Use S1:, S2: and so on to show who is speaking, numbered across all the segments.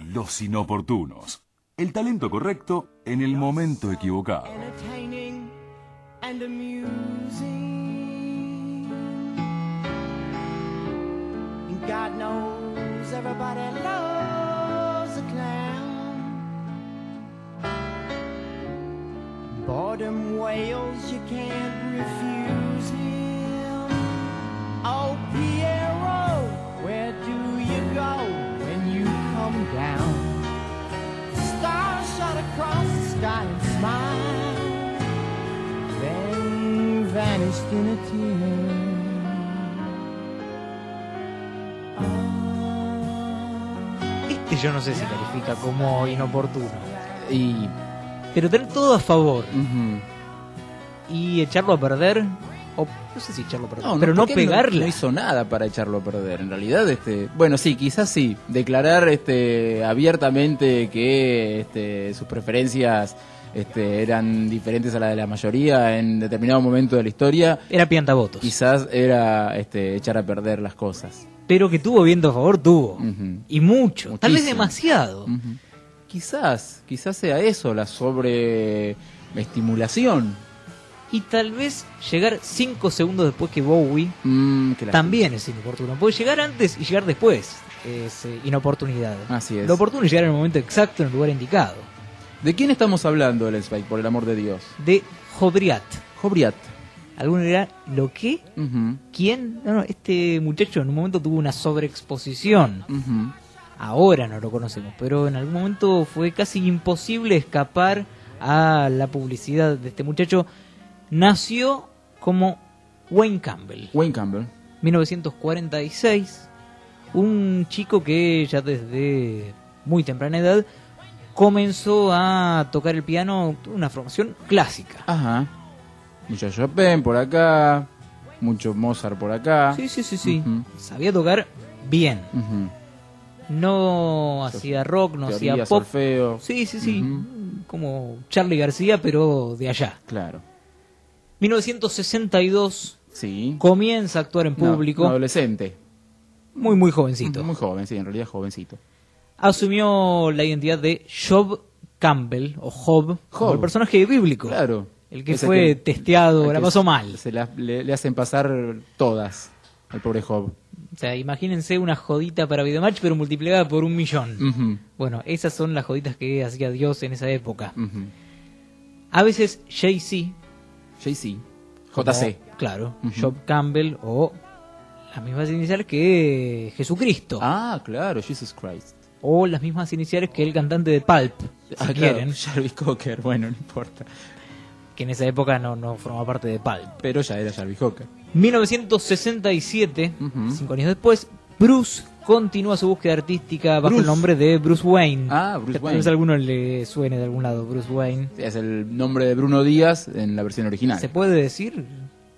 S1: los inoportunos. El talento correcto en el momento equivocado.
S2: entertaining and amusing. And God knows everybody loves a clown. Boredom wails, you can't refuse him. Oh, Piero, where do you go when you come down? stars shot across the sky and smiled, then vanished in a tear. Ah.
S3: Este yo no sé si califica como inoportuno. Y... Pero tener todo a favor y echarlo a perder, o no sé si echarlo a perder, pero no
S4: porque él
S3: pegarle.
S4: No hizo nada para echarlo a perder. En realidad, este, bueno, sí, quizás sí. Declarar este, abiertamente que este, sus preferencias este, eran diferentes a las de la mayoría en determinado momento de la historia,
S3: Era piantavotos.
S4: quizás era este, echar a perder las cosas.
S3: Pero que tuvo viento a favor, tuvo.
S4: Ujú.
S3: Y mucho. Tal vez
S4: Muchísimo.
S3: demasiado.
S4: Quizás, quizás sea eso, la sobreestimulación.
S3: Y tal vez llegar 5 segundos después que Bowie
S4: Mm, que la-
S3: también es inoportuno. Puede llegar antes y llegar después. Es eh, inoportunidad.
S4: Así es.
S3: Lo oportuno es llegar en el momento exacto, en el lugar indicado.
S4: ¿De quién estamos hablando, El Spike, por el amor de Dios?
S3: De Jodriat.
S4: Jobriat.
S3: Alguno dirá, ¿lo qué?
S4: Ujú,
S3: ¿Quién? No, no, este muchacho en un momento tuvo una sobreexposición.
S4: ujú.
S3: Ahora no lo conocemos, pero en algún momento fue casi imposible escapar a la publicidad de este muchacho. Nació como Wayne Campbell,
S4: Wayne Campbell.
S3: 1946. Un chico que ya desde muy temprana edad comenzó a tocar el piano, tuvo una formación clásica.
S4: Ajá. Mucho Chopin por acá. Mucho Mozart por acá.
S3: Sí, sí, sí, sí.
S4: Ah. Ujú.
S3: Sabía tocar bien.
S4: Ujú.
S3: No hacía rock, no
S4: Teoría,
S3: hacía pop.
S4: solfeo.
S3: Sí, sí, sí.
S4: Ujú.
S3: Como Charlie García, pero de allá.
S4: Claro.
S3: 1962
S4: Sí.
S3: comienza a actuar en
S4: No,
S3: público.
S4: un adolescente.
S3: muy, muy jovencito.
S4: Muy joven, sí, en realidad jovencito.
S3: Asumió la identidad de Job Campbell, o Job, como
S4: Job.
S3: el personaje bíblico.
S4: Claro.
S3: El que
S4: Ese
S3: fue
S4: que-
S3: testeado,
S4: el
S3: la
S4: que
S3: pasó
S4: se-
S3: mal.
S4: Se la- le, le hacen pasar todas al pobre Job.
S3: O sea, imagínense una jodita para Videomatch, pero multiplicada por un millón.
S4: Ujú,
S3: Bueno, esas son las joditas que hacía Dios en esa época.
S4: ujú.
S3: A veces Jay-Z,
S4: Jay-Z. JC.
S3: como, claro,
S4: Ujú.
S3: Job Campbell o las mismas iniciales que Jesucristo.
S4: Ah, claro, Jesus Christ.
S3: O las mismas iniciales que el cantante de Pulp, si
S4: Ah, claro,
S3: quieren,
S4: Jarvis Cocker, bueno, no importa.
S3: que en esa época no, no formaba parte de Pulp.
S4: Pero ya era Jarvis Cocker.
S3: 1967,
S4: Ujú.
S3: cinco años después, Bruce continúa su búsqueda artística bajo
S4: Bruce.
S3: el nombre de Bruce Wayne.
S4: Ah, Bruce
S3: Tal vez
S4: Wayne.
S3: a alguno le suene de algún lado Bruce Wayne.
S4: Es el nombre de Bruno Díaz en la versión original.
S3: ¿Se puede decir?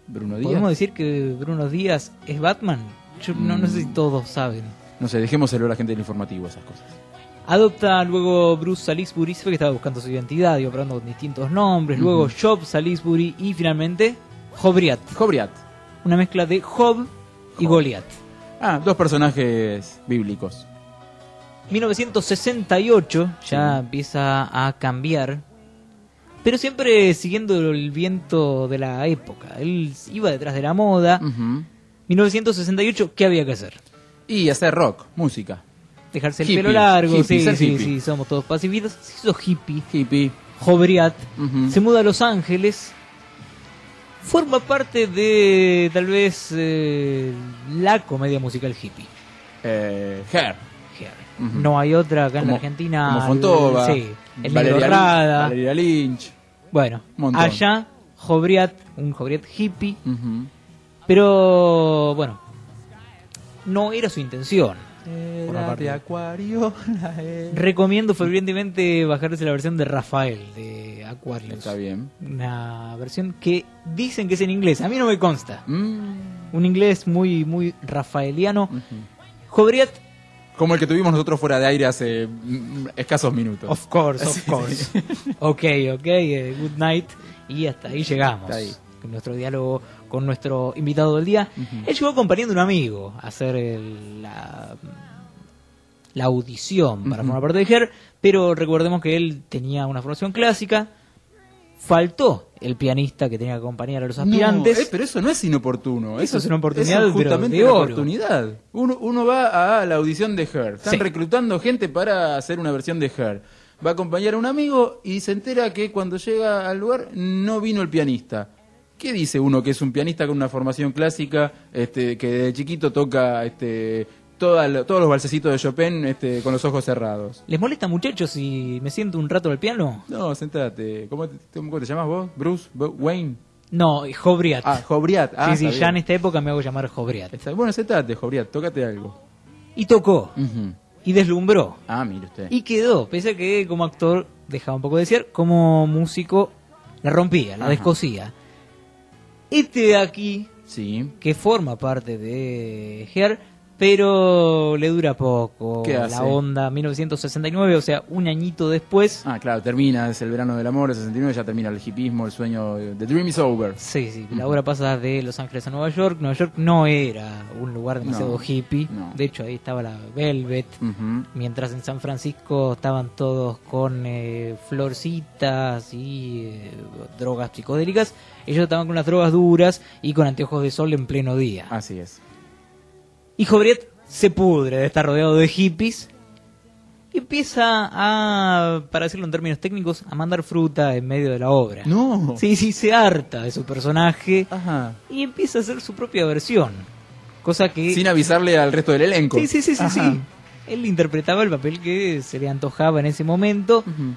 S4: Bruno Díaz.
S3: ¿Podemos decir que Bruno Díaz es Batman? Yo no, no sé si todos saben.
S4: No sé, dejémoselo a la gente del informativo esas cosas.
S3: Adopta luego Bruce Salisbury, se ve que estaba buscando su identidad y operando con distintos nombres. Luego Job Salisbury y finalmente Jobriat.
S4: Jobriat.
S3: Una mezcla de Job y
S4: Job.
S3: Goliat.
S4: Ah, dos personajes bíblicos.
S3: 1968 ya
S4: Sí.
S3: empieza a cambiar, pero siempre siguiendo el viento de la época. Él iba detrás de la moda.
S4: Ujú.
S3: 1968, ¿qué había que hacer?
S4: Y hacer rock, música.
S3: Dejarse el
S4: Hippie,
S3: pelo largo,
S4: hippie,
S3: sí,
S4: ser
S3: sí,
S4: hippie.
S3: sí, somos todos pacifistas. Se hizo hippie.
S4: Hippie.
S3: Jobriat,
S4: Ujú.
S3: se muda a Los Ángeles, forma parte de tal vez eh, la comedia musical hippie.
S4: Eh, Hair.
S3: Jerry.
S4: Ujú.
S3: No hay otra acá en la
S4: Como-
S3: Argentina.
S4: Como Fontova.
S3: el- sí, el Negro
S4: Valeria,
S3: Rada.
S4: Valeria Lynch.
S3: Bueno,
S4: Montón.
S3: allá Jobriat, un Jobriat hippie,
S4: Ujú.
S3: pero bueno, no era su intención. Por una parte.
S4: acuario.
S3: eh. Recomiendo fervientemente bajarse la versión de Rafael de Aquarius.
S4: Está bien.
S3: Una versión que dicen que es en inglés, a mí no me consta.
S4: Mm.
S3: Un inglés muy muy rafaeliano.
S4: Ujú.
S3: Jobriat,
S4: Como el que tuvimos nosotros fuera de aire hace mm, escasos minutos.
S3: of course,
S4: Sí,
S3: of
S4: sí,
S3: course.
S4: sí.
S3: Ok, ok, eh, good night. Y hasta ahí llegamos.
S4: Hasta ahí.
S3: Con nuestro diálogo con nuestro invitado del día. Él llegó acompañando a un amigo a hacer el- la, la audición para formar parte de Her, pero recordemos que él tenía una formación clásica, faltó el pianista que tenía que acompañar a los aspirantes.
S4: No, eh, pero eso no es inoportuno.
S3: Eso es una oportunidad,
S4: eso es
S3: pero
S4: justamente
S3: de
S4: una
S3: oro.
S4: oportunidad. Uno, uno va a la audición de Her. Están
S3: Sí.
S4: reclutando gente para hacer una versión de Her. Va a acompañar a un amigo y se entera que cuando llega al lugar no vino el pianista. ¿Qué dice uno que es un pianista con una formación clásica, este, que desde chiquito toca este, toda la- todos los balsecitos de Chopin este, con los ojos cerrados?
S3: ¿Les molesta muchachos si me siento un rato al piano?
S4: No, sentate. ¿Cómo te, cómo te llamas vos? Bruce? Bo- ¿Wayne?
S3: No, Jobriat.
S4: Ah, Jobriat. Ah,
S3: sí, sí,
S4: está
S3: ya en
S4: bien.
S3: esta época me hago llamar Jobriat.
S4: Está- Bueno, sentate, Jobriat, tócate algo.
S3: Y tocó, y deslumbró,
S4: Ah, mire usted.
S3: y quedó, pese a que como actor dejaba un poco de ser, como músico la rompía, la
S4: Ajá.
S3: descosía. Este de aquí,
S4: Sí.
S3: que forma parte de Her, pero le dura poco
S4: ¿Qué hace?
S3: la onda 1969, o sea, un añito después.
S4: Ah, claro, termina, es el verano del amor, el 69, ya termina el hipismo, el sueño, eh, the dream is over.
S3: Sí, sí, la obra pasa de Los Ángeles a Nueva York. Nueva York no era un lugar demasiado
S4: No,
S3: hippie.
S4: no.
S3: De hecho, ahí estaba la Velvet.
S4: Ujú.
S3: Mientras en San Francisco estaban todos con eh, florcitas y eh, drogas psicodélicas, ellos estaban con las drogas duras y con anteojos de sol en pleno día.
S4: Así es.
S3: Y Jobriet se pudre de estar rodeado de hippies y empieza a, para decirlo en términos técnicos, a mandar fruta en medio de la obra.
S4: No.
S3: Sí, sí, se harta de su personaje
S4: Ajá.
S3: y empieza a hacer su propia versión. Cosa que...
S4: Sin avisarle al resto del elenco.
S3: Sí, sí, sí, sí,
S4: Ajá.
S3: sí. Él interpretaba el papel que se le antojaba en ese momento.
S4: Ujú.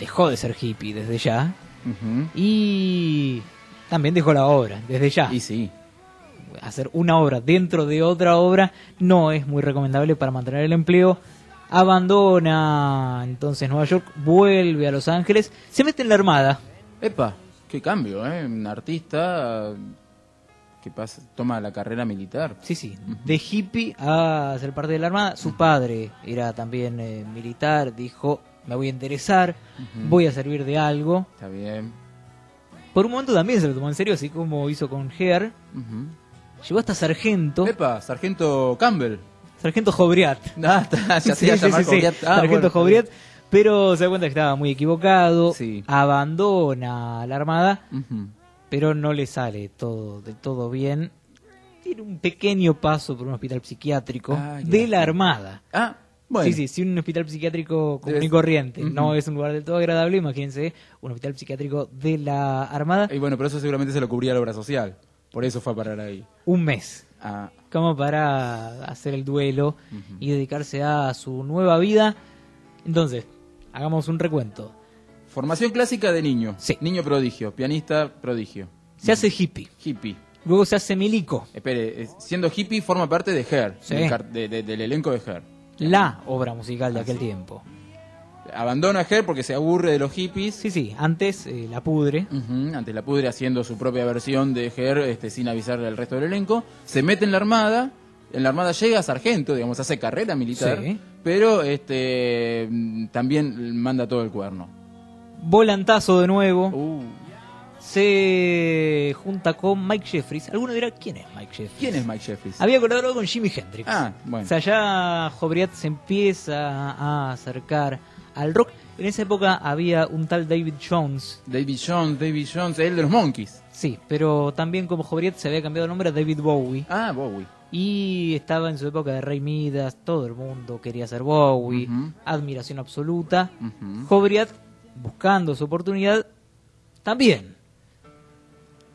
S3: Dejó de ser hippie desde ya.
S4: Ujú.
S3: Y también dejó la obra desde ya.
S4: Y sí.
S3: Hacer una obra dentro de otra obra no es muy recomendable para mantener el empleo. Abandona entonces Nueva York, vuelve a Los Ángeles, se mete en la armada.
S4: Epa, qué cambio, ¿eh? Un artista eh, que pasa, toma la carrera militar.
S3: Sí, sí, de hippie a ser parte de la Armada. Su padre era también eh, militar, dijo, me voy a interesar, voy a servir de algo.
S4: Está bien.
S3: Por un momento también se lo tomó en serio, así como hizo con Heer.
S4: Ujú.
S3: Llegó hasta sargento,
S4: Epa, sargento Campbell.
S3: sargento Jobriat.
S4: Ah, está, ya se iba a
S3: Sí, sí,
S4: llamar
S3: sí, sí,
S4: Jobriat. Ah,
S3: sargento
S4: bueno, está
S3: Jobriat, pero se da cuenta que estaba muy equivocado,
S4: Sí.
S3: abandona la Armada,
S4: bien. Ujú.
S3: pero no le sale todo del todo bien. Tiene un pequeño paso por un hospital psiquiátrico
S4: Ah, qué
S3: de la
S4: lástima.
S3: Armada.
S4: Ah, bueno.
S3: Sí, sí, sí, un hospital psiquiátrico común y
S4: Debes-
S3: corriente.
S4: Ujú.
S3: No es un lugar del todo agradable, imagínense, un hospital psiquiátrico de la Armada,
S4: Y bueno, pero eso seguramente se lo cubría la obra social. Por eso fue a parar ahí.
S3: un mes,
S4: Ah,
S3: como para hacer el duelo y dedicarse a su nueva vida. Entonces, hagamos un recuento.
S4: formación clásica de niño.
S3: Sí.
S4: Niño prodigio, pianista prodigio.
S3: Se hace hippie,
S4: Hippie.
S3: luego se hace milico,
S4: Espere, eh, siendo hippie forma parte de Her,
S3: Sí.
S4: del, car- de- de- del elenco de Her.
S3: la obra musical
S4: Ah,
S3: de aquel tiempo.
S4: Abandona a Her porque se aburre de los hippies.
S3: Sí, sí, antes eh, la pudre,
S4: Ujú, antes la pudre haciendo su propia versión de Her este, sin avisarle al resto del elenco. Se mete en la armada. En la armada llega a sargento, digamos, hace carrera militar.
S3: Sí.
S4: Pero este mm, también manda todo el cuerno.
S3: volantazo de nuevo.
S4: Uh,
S3: se junta con Mike Jeffries. Alguno dirá, ¿quién es Mike Jeffries?
S4: ¿Quién es Mike Jeffries?
S3: Había colaborado con Jimi Hendrix.
S4: Ah, bueno.
S3: O sea, ya Jobriat se empieza a acercar al rock. En esa época había un tal David Jones.
S4: David Jones, David Jones, el de los Monkeys.
S3: Sí, pero también como Jobriat se había cambiado de nombre a David Bowie.
S4: Ah, Bowie.
S3: Y estaba en su época de Rey Midas, todo el mundo quería ser Bowie,
S4: Ujú.
S3: admiración absoluta.
S4: Ujú.
S3: Jobriat, buscando su oportunidad, también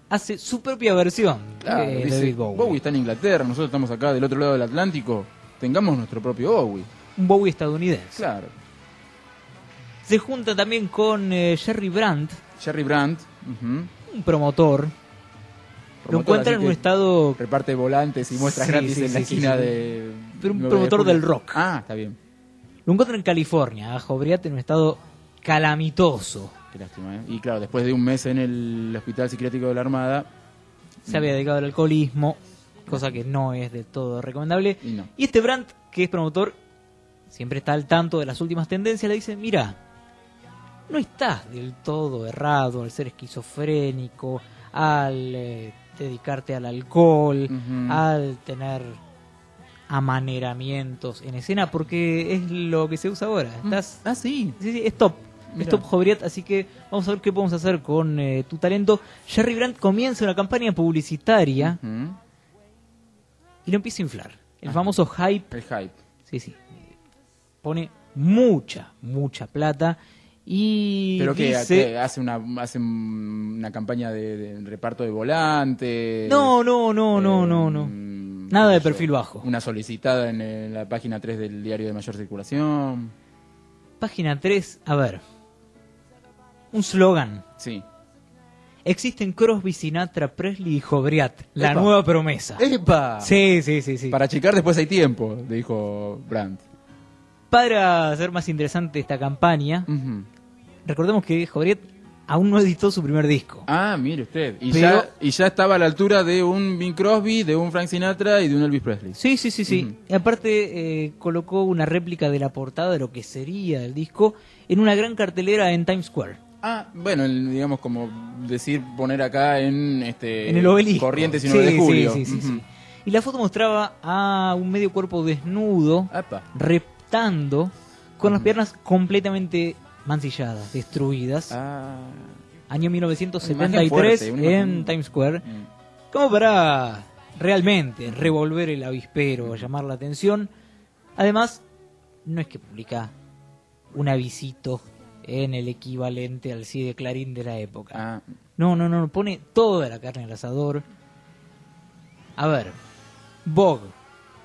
S3: hace su propia versión
S4: Claro,
S3: de
S4: dice,
S3: Eh, David
S4: Bowie.
S3: Bowie.
S4: está en Inglaterra, nosotros estamos acá del otro lado del Atlántico, tengamos nuestro propio Bowie.
S3: Un Bowie estadounidense.
S4: Claro.
S3: Se junta también con eh, Jerry Brandt,
S4: Jerry Brandt, ujú,
S3: un promotor. Lo
S4: promotor,
S3: encuentra
S4: así
S3: en un
S4: que
S3: estado
S4: Reparte volantes y muestras
S3: Sí,
S4: gratis
S3: sí,
S4: en
S3: sí,
S4: la
S3: sí,
S4: esquina
S3: sí.
S4: de.
S3: Pero un
S4: 9 de
S3: promotor
S4: julio.
S3: del rock.
S4: Ah, está bien.
S3: Lo encuentra en California, a Jobriat en un estado calamitoso.
S4: Qué lástima, ¿eh? Y claro, después de un mes en el Hospital Psiquiátrico de la Armada,
S3: Se había dedicado al alcoholismo, cosa que no es del todo recomendable.
S4: y no.
S3: Y este Brandt, que es promotor, siempre está al tanto de las últimas tendencias, le dice, mira, no estás del todo errado al ser esquizofrénico, al eh, dedicarte al alcohol,
S4: Ujú.
S3: al tener amaneramientos en escena porque es lo que se usa ahora. Estás,
S4: Ah, sí.
S3: sí, sí, es top. Es
S4: Mirá.
S3: top Jovriat, así que vamos a ver qué podemos hacer con eh, tu talento. Jerry Brandt comienza una campaña publicitaria
S4: Mm,
S3: y lo empieza a inflar. El famoso hype
S4: El hype.
S3: Sí, sí. Pone mucha, mucha plata y
S4: Pero que,
S3: dice...
S4: que hace una hace una campaña de, de reparto de volantes.
S3: No, no, no, no,
S4: eh,
S3: no, no.
S4: mm,
S3: Nada
S4: qué
S3: de
S4: sé
S3: perfil bajo.
S4: Una solicitada en, eh, la página 3 del diario de mayor circulación.
S3: Página 3, a ver. Un slogan.
S4: Sí.
S3: Existen Crosby, Sinatra, Presley y Jobriat, la
S4: Epa.
S3: nueva promesa.
S4: ¡Epa!
S3: Sí, sí, sí, sí.
S4: Para checar después hay tiempo, dijo Brandt.
S3: Para hacer más interesante esta campaña,
S4: Ujú.
S3: recordemos que Jobriat aún no editó su primer disco.
S4: Ah, mire usted. Y,
S3: Pero-
S4: ya, y ya estaba a la altura de un Bing Crosby, de un Frank Sinatra y de un Elvis Presley.
S3: Sí, sí, sí, sí. Mm. Y aparte eh, colocó una réplica de la portada de lo que sería el disco en una gran cartelera en Times Square.
S4: Ah, bueno, el- digamos como decir poner acá en este
S3: en el obelisco.
S4: Corrientes y
S3: Sí,
S4: 9 de
S3: sí,
S4: julio.
S3: sí, sí,
S4: Ujú.
S3: sí. Y la foto mostraba a un medio cuerpo desnudo,
S4: Apa.
S3: reptando, con las piernas completamente mancilladas, destruidas.
S4: Ah.
S3: Año
S4: Una imagen
S3: 1973
S4: fuerte, una
S3: en
S4: imagen-
S3: Times Square.
S4: Mm.
S3: Como para realmente revolver el avispero, llamar la atención. Además, no es que publica un avisito en el equivalente al CIE de Clarín de la época.
S4: Ah,
S3: No, no, no, pone toda la carne al asador. A ver, Vogue,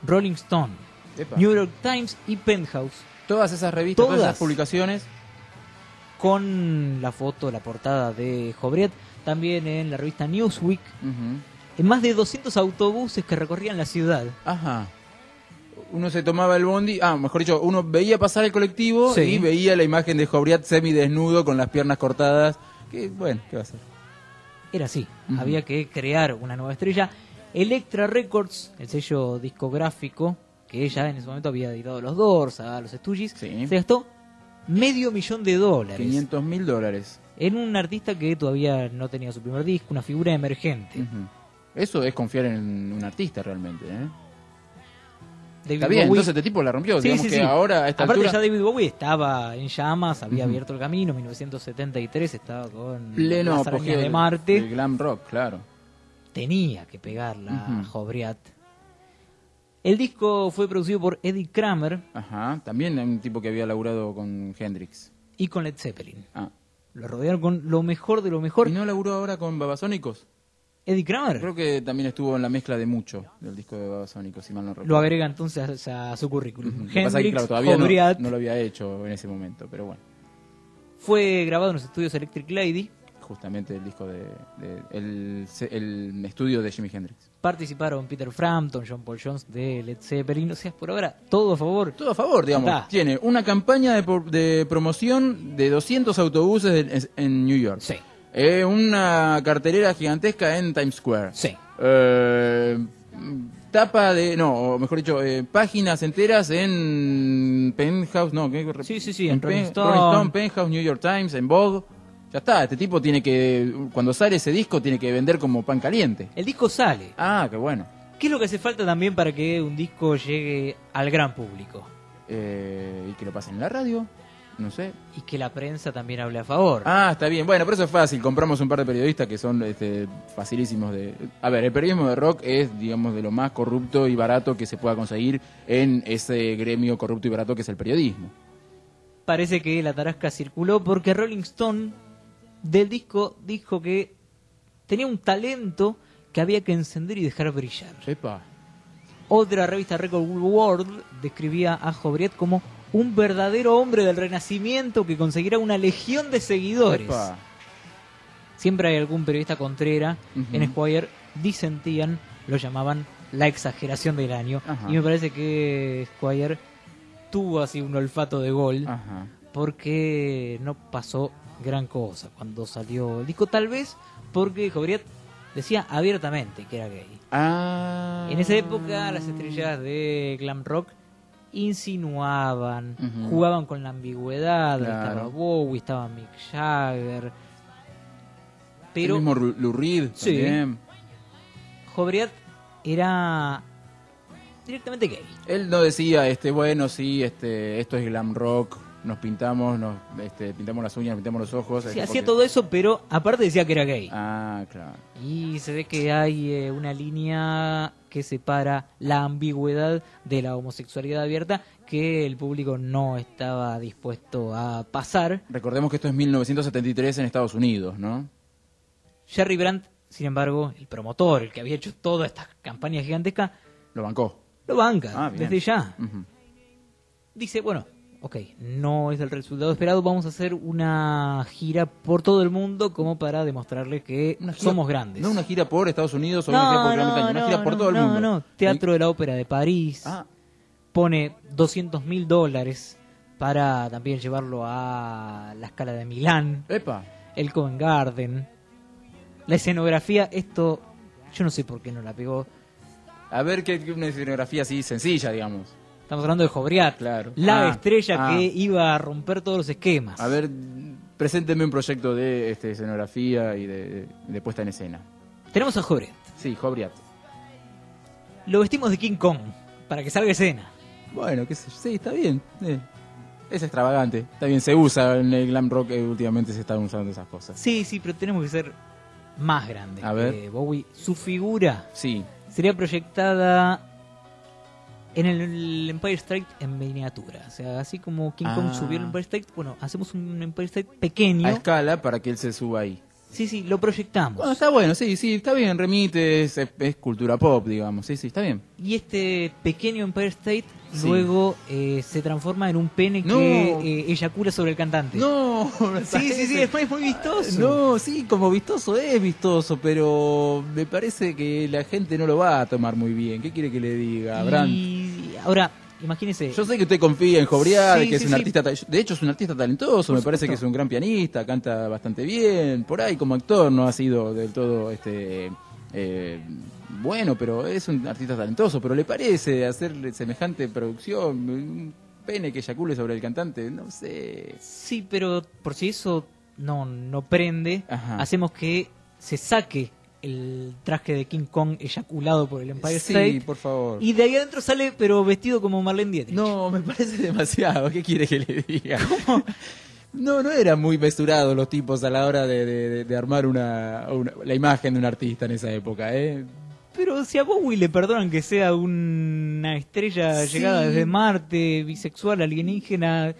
S3: Rolling Stone,
S4: epa.
S3: New York Times y Penthouse
S4: Todas esas revistas, todas,
S3: Todas.
S4: esas publicaciones.
S3: con la foto, la portada de Jobriet, también en la revista Newsweek,
S4: Ujú.
S3: en más de 200 autobuses que recorrían la ciudad.
S4: Ajá. Uno se tomaba el bondi, ah, mejor dicho, uno veía pasar el colectivo
S3: Sí.
S4: y veía la imagen de Jobriat semi desnudo con las piernas cortadas. Que bueno, ¿qué va a hacer?
S3: Era así,
S4: Ujú.
S3: había que crear una nueva estrella. Electra Records, el sello discográfico que ella en ese momento había editado a los Doors, a los Stooges,
S4: Sí.
S3: se gastó medio millón de dólares.
S4: 500 mil dólares.
S3: en un artista que todavía no tenía su primer disco, una figura emergente.
S4: Ujú. Eso es confiar en un artista realmente, ¿eh?
S3: David
S4: Está bien,
S3: Bowie-
S4: entonces este tipo la rompió.
S3: Sí,
S4: Digamos
S3: sí,
S4: que
S3: sí.
S4: ahora a esta
S3: Aparte
S4: altura,
S3: ya David Bowie estaba en llamas, había
S4: Ujú.
S3: abierto el camino, 1973 estaba con
S4: pleno
S3: las arañas
S4: apogeo
S3: de
S4: del-
S3: Marte,
S4: del glam rock, claro.
S3: tenía que pegarla a
S4: Ujú.
S3: Jobriat. El disco fue producido por Eddie Kramer
S4: Ajá, también un tipo que había laburado con Hendrix.
S3: y con Led Zeppelin.
S4: Ah.
S3: Lo rodearon con lo mejor de lo
S4: ¿Y
S3: mejor.
S4: no laburó ahora con Babasónicos?
S3: Eddie Kramer
S4: Creo que también estuvo en la mezcla de mucho del disco de Babasónicos, si mal no recuerdo.
S3: lo agrega entonces a, a su currículum.
S4: Lo que pasa es que,
S3: Hendrix,
S4: claro, todavía no,
S3: Jobriat,
S4: no lo había hecho en ese momento, pero bueno,
S3: fue grabado en los estudios Electric Lady.
S4: justamente el disco de, de- el, el estudio de Jimi Hendrix.
S3: Participaron Peter Frampton, John Paul Jones de Led Zeppelin. O sea, por ahora, todo a favor.
S4: Todo a favor, digamos.
S3: Está.
S4: Tiene una campaña de, por- de promoción de 200 autobuses en, en New York.
S3: Sí.
S4: Eh, una cartelera gigantesca en Times Square.
S3: Sí.
S4: Eh, tapa de. No, o mejor dicho, eh, páginas enteras en Penthouse. No, ¿qué?
S3: Sí, sí, sí, en
S4: Pe-
S3: Rolling Stone.
S4: Penthouse, New York Times, en Vogue. Ya está, este tipo tiene que. Cuando sale ese disco, tiene que vender como pan caliente.
S3: El disco sale.
S4: Ah, qué bueno.
S3: ¿Qué es lo que hace falta también para que un disco llegue al gran público?
S4: Eh, y que lo pasen en la radio. No sé.
S3: Y que la prensa también hable a favor.
S4: Ah, está bien. Bueno, pero eso es fácil. Compramos un par de periodistas que son este, facilísimos de... A ver, el periodismo de rock es, digamos, de lo más corrupto y barato que se pueda conseguir en ese gremio corrupto y barato que es el periodismo.
S3: Parece que la tarasca circuló porque Rolling Stone del disco dijo que tenía un talento que había que encender y dejar brillar.
S4: Epa.
S3: Otra revista Record World describía a Jobriet como un verdadero hombre del renacimiento que conseguirá una legión de seguidores.
S4: Epa.
S3: Siempre hay algún periodista contrera.
S4: Ujú.
S3: En Squire disentían, lo llamaban la exageración del año.
S4: Ajá.
S3: Y me parece que Squire tuvo así un olfato de gol
S4: Ajá.
S3: porque no pasó gran cosa cuando salió el disco. Tal vez porque Jobriet decía abiertamente que era gay.
S4: Ah.
S3: En esa época las estrellas de glam rock insinuaban,
S4: Ujú.
S3: jugaban con la ambigüedad,
S4: Claro.
S3: estaba Bowie, estaba Mick Jagger,
S4: El
S3: pero
S4: mismo Ru- Lou Reed
S3: Sí.
S4: también.
S3: Jobriat era directamente gay.
S4: Él no decía, este, bueno, sí, este, esto es glam rock, nos pintamos, nos este, pintamos las uñas, nos pintamos los ojos.
S3: Sí,
S4: este,
S3: hacía
S4: porque-
S3: todo eso, pero aparte decía que era gay.
S4: Ah, claro.
S3: Y se ve que hay eh, una línea que separa la ambigüedad de la homosexualidad abierta que el público no estaba dispuesto a pasar.
S4: Recordemos que esto es 1973 en Estados Unidos, ¿no?
S3: Jerry Brandt, sin embargo, el promotor, el que había hecho toda esta campaña gigantesca,
S4: Lo bancó.
S3: lo banca
S4: Ah, bien.
S3: desde ya.
S4: Ujú.
S3: Dice, bueno, ok, no es el resultado esperado, vamos a hacer una gira por todo el mundo como para demostrarles que
S4: Una gira-
S3: somos grandes.
S4: No una gira por Estados Unidos o una gira por Gran Bretaña, una gira por
S3: no,
S4: todo el
S3: no,
S4: mundo.
S3: no. Teatro de la Ópera de París.
S4: Ah,
S3: pone 200 mil dólares para también llevarlo a la escala de Milán,
S4: epa.
S3: el Covent Garden. La escenografía, esto yo no sé por qué no la pegó.
S4: A ver que que una escenografía así sencilla, digamos.
S3: Estamos hablando de Jobriat,
S4: Claro.
S3: la
S4: Ah,
S3: estrella
S4: ah.
S3: que iba a romper todos los esquemas.
S4: A ver, presénteme un proyecto de este, escenografía y de, de puesta en escena.
S3: Tenemos a Jobriat.
S4: Sí, Jobriat.
S3: Lo vestimos de King Kong para que salga escena.
S4: Bueno, qué sé yo. Sí, está bien. sí. Es extravagante. Está bien, se usa en el glam rock. eh, últimamente se están usando esas cosas.
S3: Sí, sí, pero tenemos que ser más grandes.
S4: A ver.
S3: que Bowie, su figura
S4: Sí,
S3: sería proyectada en el Empire State en miniatura. O sea, así como King Kong
S4: Ah.
S3: subió el Empire State, bueno, hacemos un Empire State
S4: a
S3: pequeño.
S4: escala para que él se suba ahí.
S3: Sí, sí, lo
S4: Bueno,
S3: proyectamos.
S4: está bueno, sí, sí, está bien, remite, es, es- es cultura pop, digamos, sí, sí, está bien.
S3: Y este pequeño Empire State
S4: Sí.
S3: luego eh, se transforma en un pene
S4: No.
S3: que eh, eyacula sobre el cantante.
S4: No,
S3: Sí, sí, sí, después es muy vistoso.
S4: Este, No, sí, como vistoso es vistoso, pero me parece que la gente no lo va a tomar muy bien. ¿Qué quiere que le diga, Bran?
S3: Y ahora, imagínese.
S4: Yo sé que usted confía en Jobrial,
S3: Sí,
S4: que
S3: sí,
S4: es un
S3: sí.
S4: artista, ta- de hecho es un artista talentoso, me parece que es un gran pianista, canta bastante bien, por ahí como actor no ha sido del todo este eh, bueno, pero es un artista talentoso, pero le parece hacer semejante producción, un pene que eyacule sobre el cantante, no sé.
S3: Sí, pero por si eso no, no prende,
S4: Ajá.
S3: hacemos que se saque el traje de King Kong eyaculado por el Empire
S4: sí,
S3: State.
S4: por favor.
S3: Y de ahí adentro sale, pero vestido como Marlene Dietrich.
S4: No, me parece demasiado. ¿Qué quiere que le diga? No, no eran muy mesurados los tipos a la hora de, de- de- de armar una, una- la imagen de un artista en esa época, ¿eh?
S3: Pero si a Bowie le perdonan que sea una estrella
S4: Sí.
S3: llegada desde Marte, bisexual, alienígena,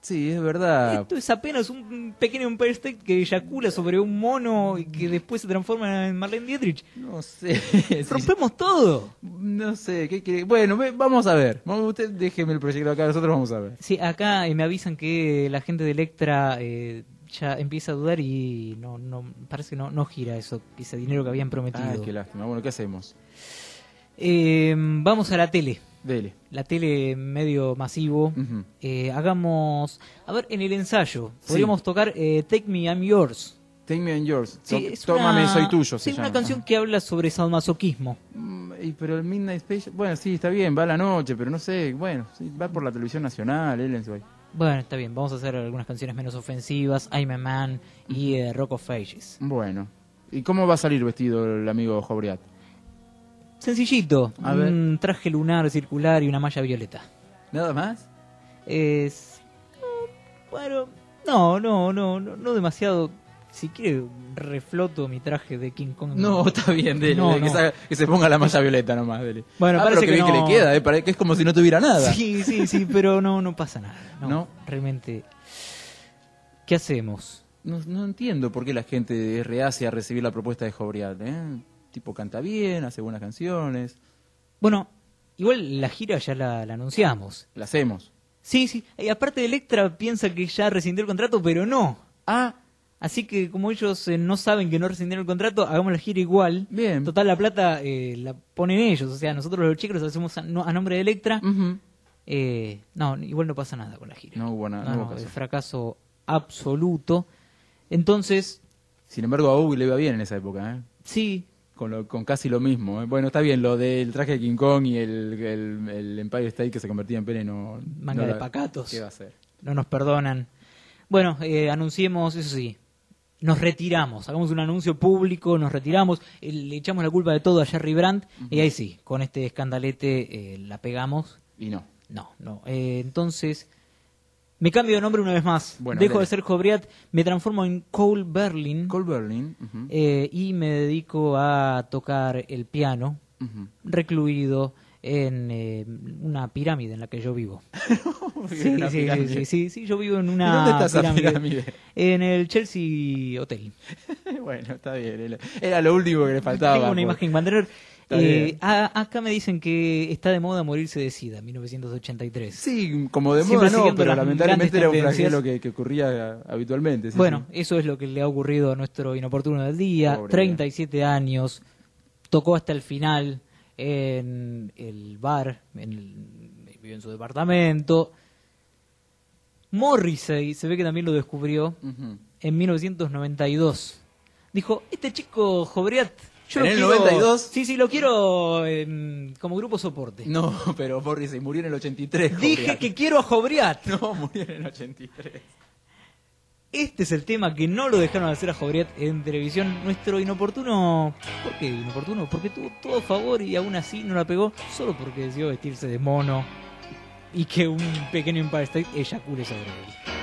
S4: Sí, es verdad.
S3: esto es apenas un pequeño Empire State que eyacula sobre un mono y que después se transforma en Marlene Dietrich.
S4: No sé. Sí,
S3: ¡Rompemos todo!
S4: no sé, ¿qué quiere? Bueno, ve- vamos a ver. Vamos, usted déjeme el proyecto acá, nosotros vamos a ver.
S3: Sí, acá eh, me avisan que la gente de Electra eh, ya empieza a dudar y no, no parece que no, no gira eso, ese dinero que habían prometido.
S4: Ay, qué lástima. Bueno, ¿qué hacemos?
S3: Eh, vamos a la tele,
S4: Dele.
S3: la tele medio masivo.
S4: Ujú.
S3: Eh, hagamos, a ver, en el ensayo
S4: Sí.
S3: podríamos tocar eh, Take Me, I'm Yours.
S4: Take me and yours.
S3: Sí,
S4: To-
S3: es
S4: Tómame,
S3: una-
S4: soy tuyo.
S3: Sí,
S4: se
S3: una
S4: llama.
S3: canción que habla sobre sadomasoquismo.
S4: Mm, y- pero el Midnight Space, bueno, sí, está bien, va a la noche, pero no sé, bueno, sí, va por la televisión nacional, Ellen White.
S3: Bueno, está bien, vamos a hacer algunas canciones menos ofensivas, I'm a Man y eh, Rock of Ages.
S4: Bueno, ¿y cómo va a salir vestido el amigo Jobriat?
S3: Sencillito,
S4: A ver.
S3: un traje lunar circular y una malla violeta.
S4: ¿Nada más?
S3: Es. no, Bueno, no, no, no, no, no demasiado. Si quiere, refloto mi traje de King Kong.
S4: Mm. No, está bien, dele,
S3: No,
S4: dele, que,
S3: no.
S4: salga- que se ponga la malla violeta nomás, dele.
S3: Bueno,
S4: Ah,
S3: parece
S4: pero qué
S3: que
S4: bien
S3: no.
S4: que le queda, eh, pare- que es como si no tuviera nada.
S3: Sí, sí, sí, pero no, no pasa nada. No,
S4: No.
S3: realmente. ¿Qué hacemos?
S4: No, no entiendo por qué la gente es reacia a recibir la propuesta de Jobriat, ¿eh? Tipo, canta bien, hace buenas canciones,
S3: Bueno, igual la gira ya la, la anunciamos.
S4: la hacemos.
S3: Sí, sí, y aparte Electra piensa que ya rescindió el contrato, pero no.
S4: Ah,
S3: Así que como ellos eh, no saben que no rescindieron el contrato, hagamos la gira igual.
S4: Bien.
S3: Total, la plata eh, la ponen ellos. O sea, nosotros los chicos hacemos a, no- a nombre de Electra.
S4: ujú.
S3: Eh, no, igual no pasa nada con la gira.
S4: No hubo nada, no hubo
S3: es
S4: caso.
S3: fracaso absoluto. Entonces,
S4: Sin embargo, a Bowie le iba bien en esa época, ¿eh?
S3: sí,
S4: Con, lo- con casi lo mismo. ¿eh? Bueno, está bien, lo del traje de King Kong y el, el- el Empire State que se convertía en pene no...
S3: Manga
S4: no
S3: de
S4: la-
S3: pacatos.
S4: ¿Qué va a ser?
S3: no nos perdonan. Bueno, eh, anunciemos, eso sí, nos retiramos, hagamos un anuncio público, nos retiramos, eh, le echamos la culpa de todo a Jerry Brandt y ahí sí, con este escandalete eh, la pegamos.
S4: Y no.
S3: No, no. Eh, entonces, me cambio de nombre una vez más.
S4: Bueno,
S3: Dejo
S4: dale.
S3: de ser Jobriat, me transformo en Cole Berlin
S4: Cole Berlin. ujú,
S3: eh, y me dedico a tocar el piano
S4: ujú.
S3: recluido en eh, una pirámide en la que yo vivo. sí,
S4: Una
S3: sí, sí,
S4: pirámide.
S3: sí, sí, sí, yo vivo en una
S4: ¿Y dónde está esa
S3: pirámide?
S4: pirámide?
S3: En el Chelsea Hotel.
S4: bueno, está bien. era- Era lo último que le faltaba.
S3: Tengo una
S4: pues.
S3: imagen banderer.
S4: Está
S3: Eh,
S4: bien.
S3: a- acá me dicen que está de moda morirse de SIDA, 1983.
S4: Sí, como de
S3: Siempre
S4: moda no,
S3: siguiendo
S4: pero
S3: las
S4: lamentablemente
S3: grandes
S4: era un
S3: tendencias.
S4: flagelo que, que ocurría habitualmente. sí,
S3: Bueno,
S4: sí.
S3: eso es lo que le ha ocurrido a nuestro inoportuno del día.
S4: Pobre.
S3: 37 años, tocó hasta el final en el bar, en, el- vive en su departamento. Morrissey se ve que también lo descubrió
S4: Ujú.
S3: en 1992. Dijo, este chico Jobriat, yo
S4: ¿En
S3: lo
S4: el
S3: quiero...
S4: 92?
S3: Sí, sí, lo quiero em, como grupo soporte.
S4: No, pero Boris se murió en el 83.
S3: Dije
S4: Julián.
S3: que quiero a Jobriat.
S4: No, murió en el 83.
S3: Este es el tema que no lo dejaron hacer a Jobriat en televisión. Nuestro inoportuno. ¿Por qué inoportuno? Porque tuvo todo a favor y aún así no la pegó solo porque decidió vestirse de mono y que un pequeño Empire State eyacule sobre él.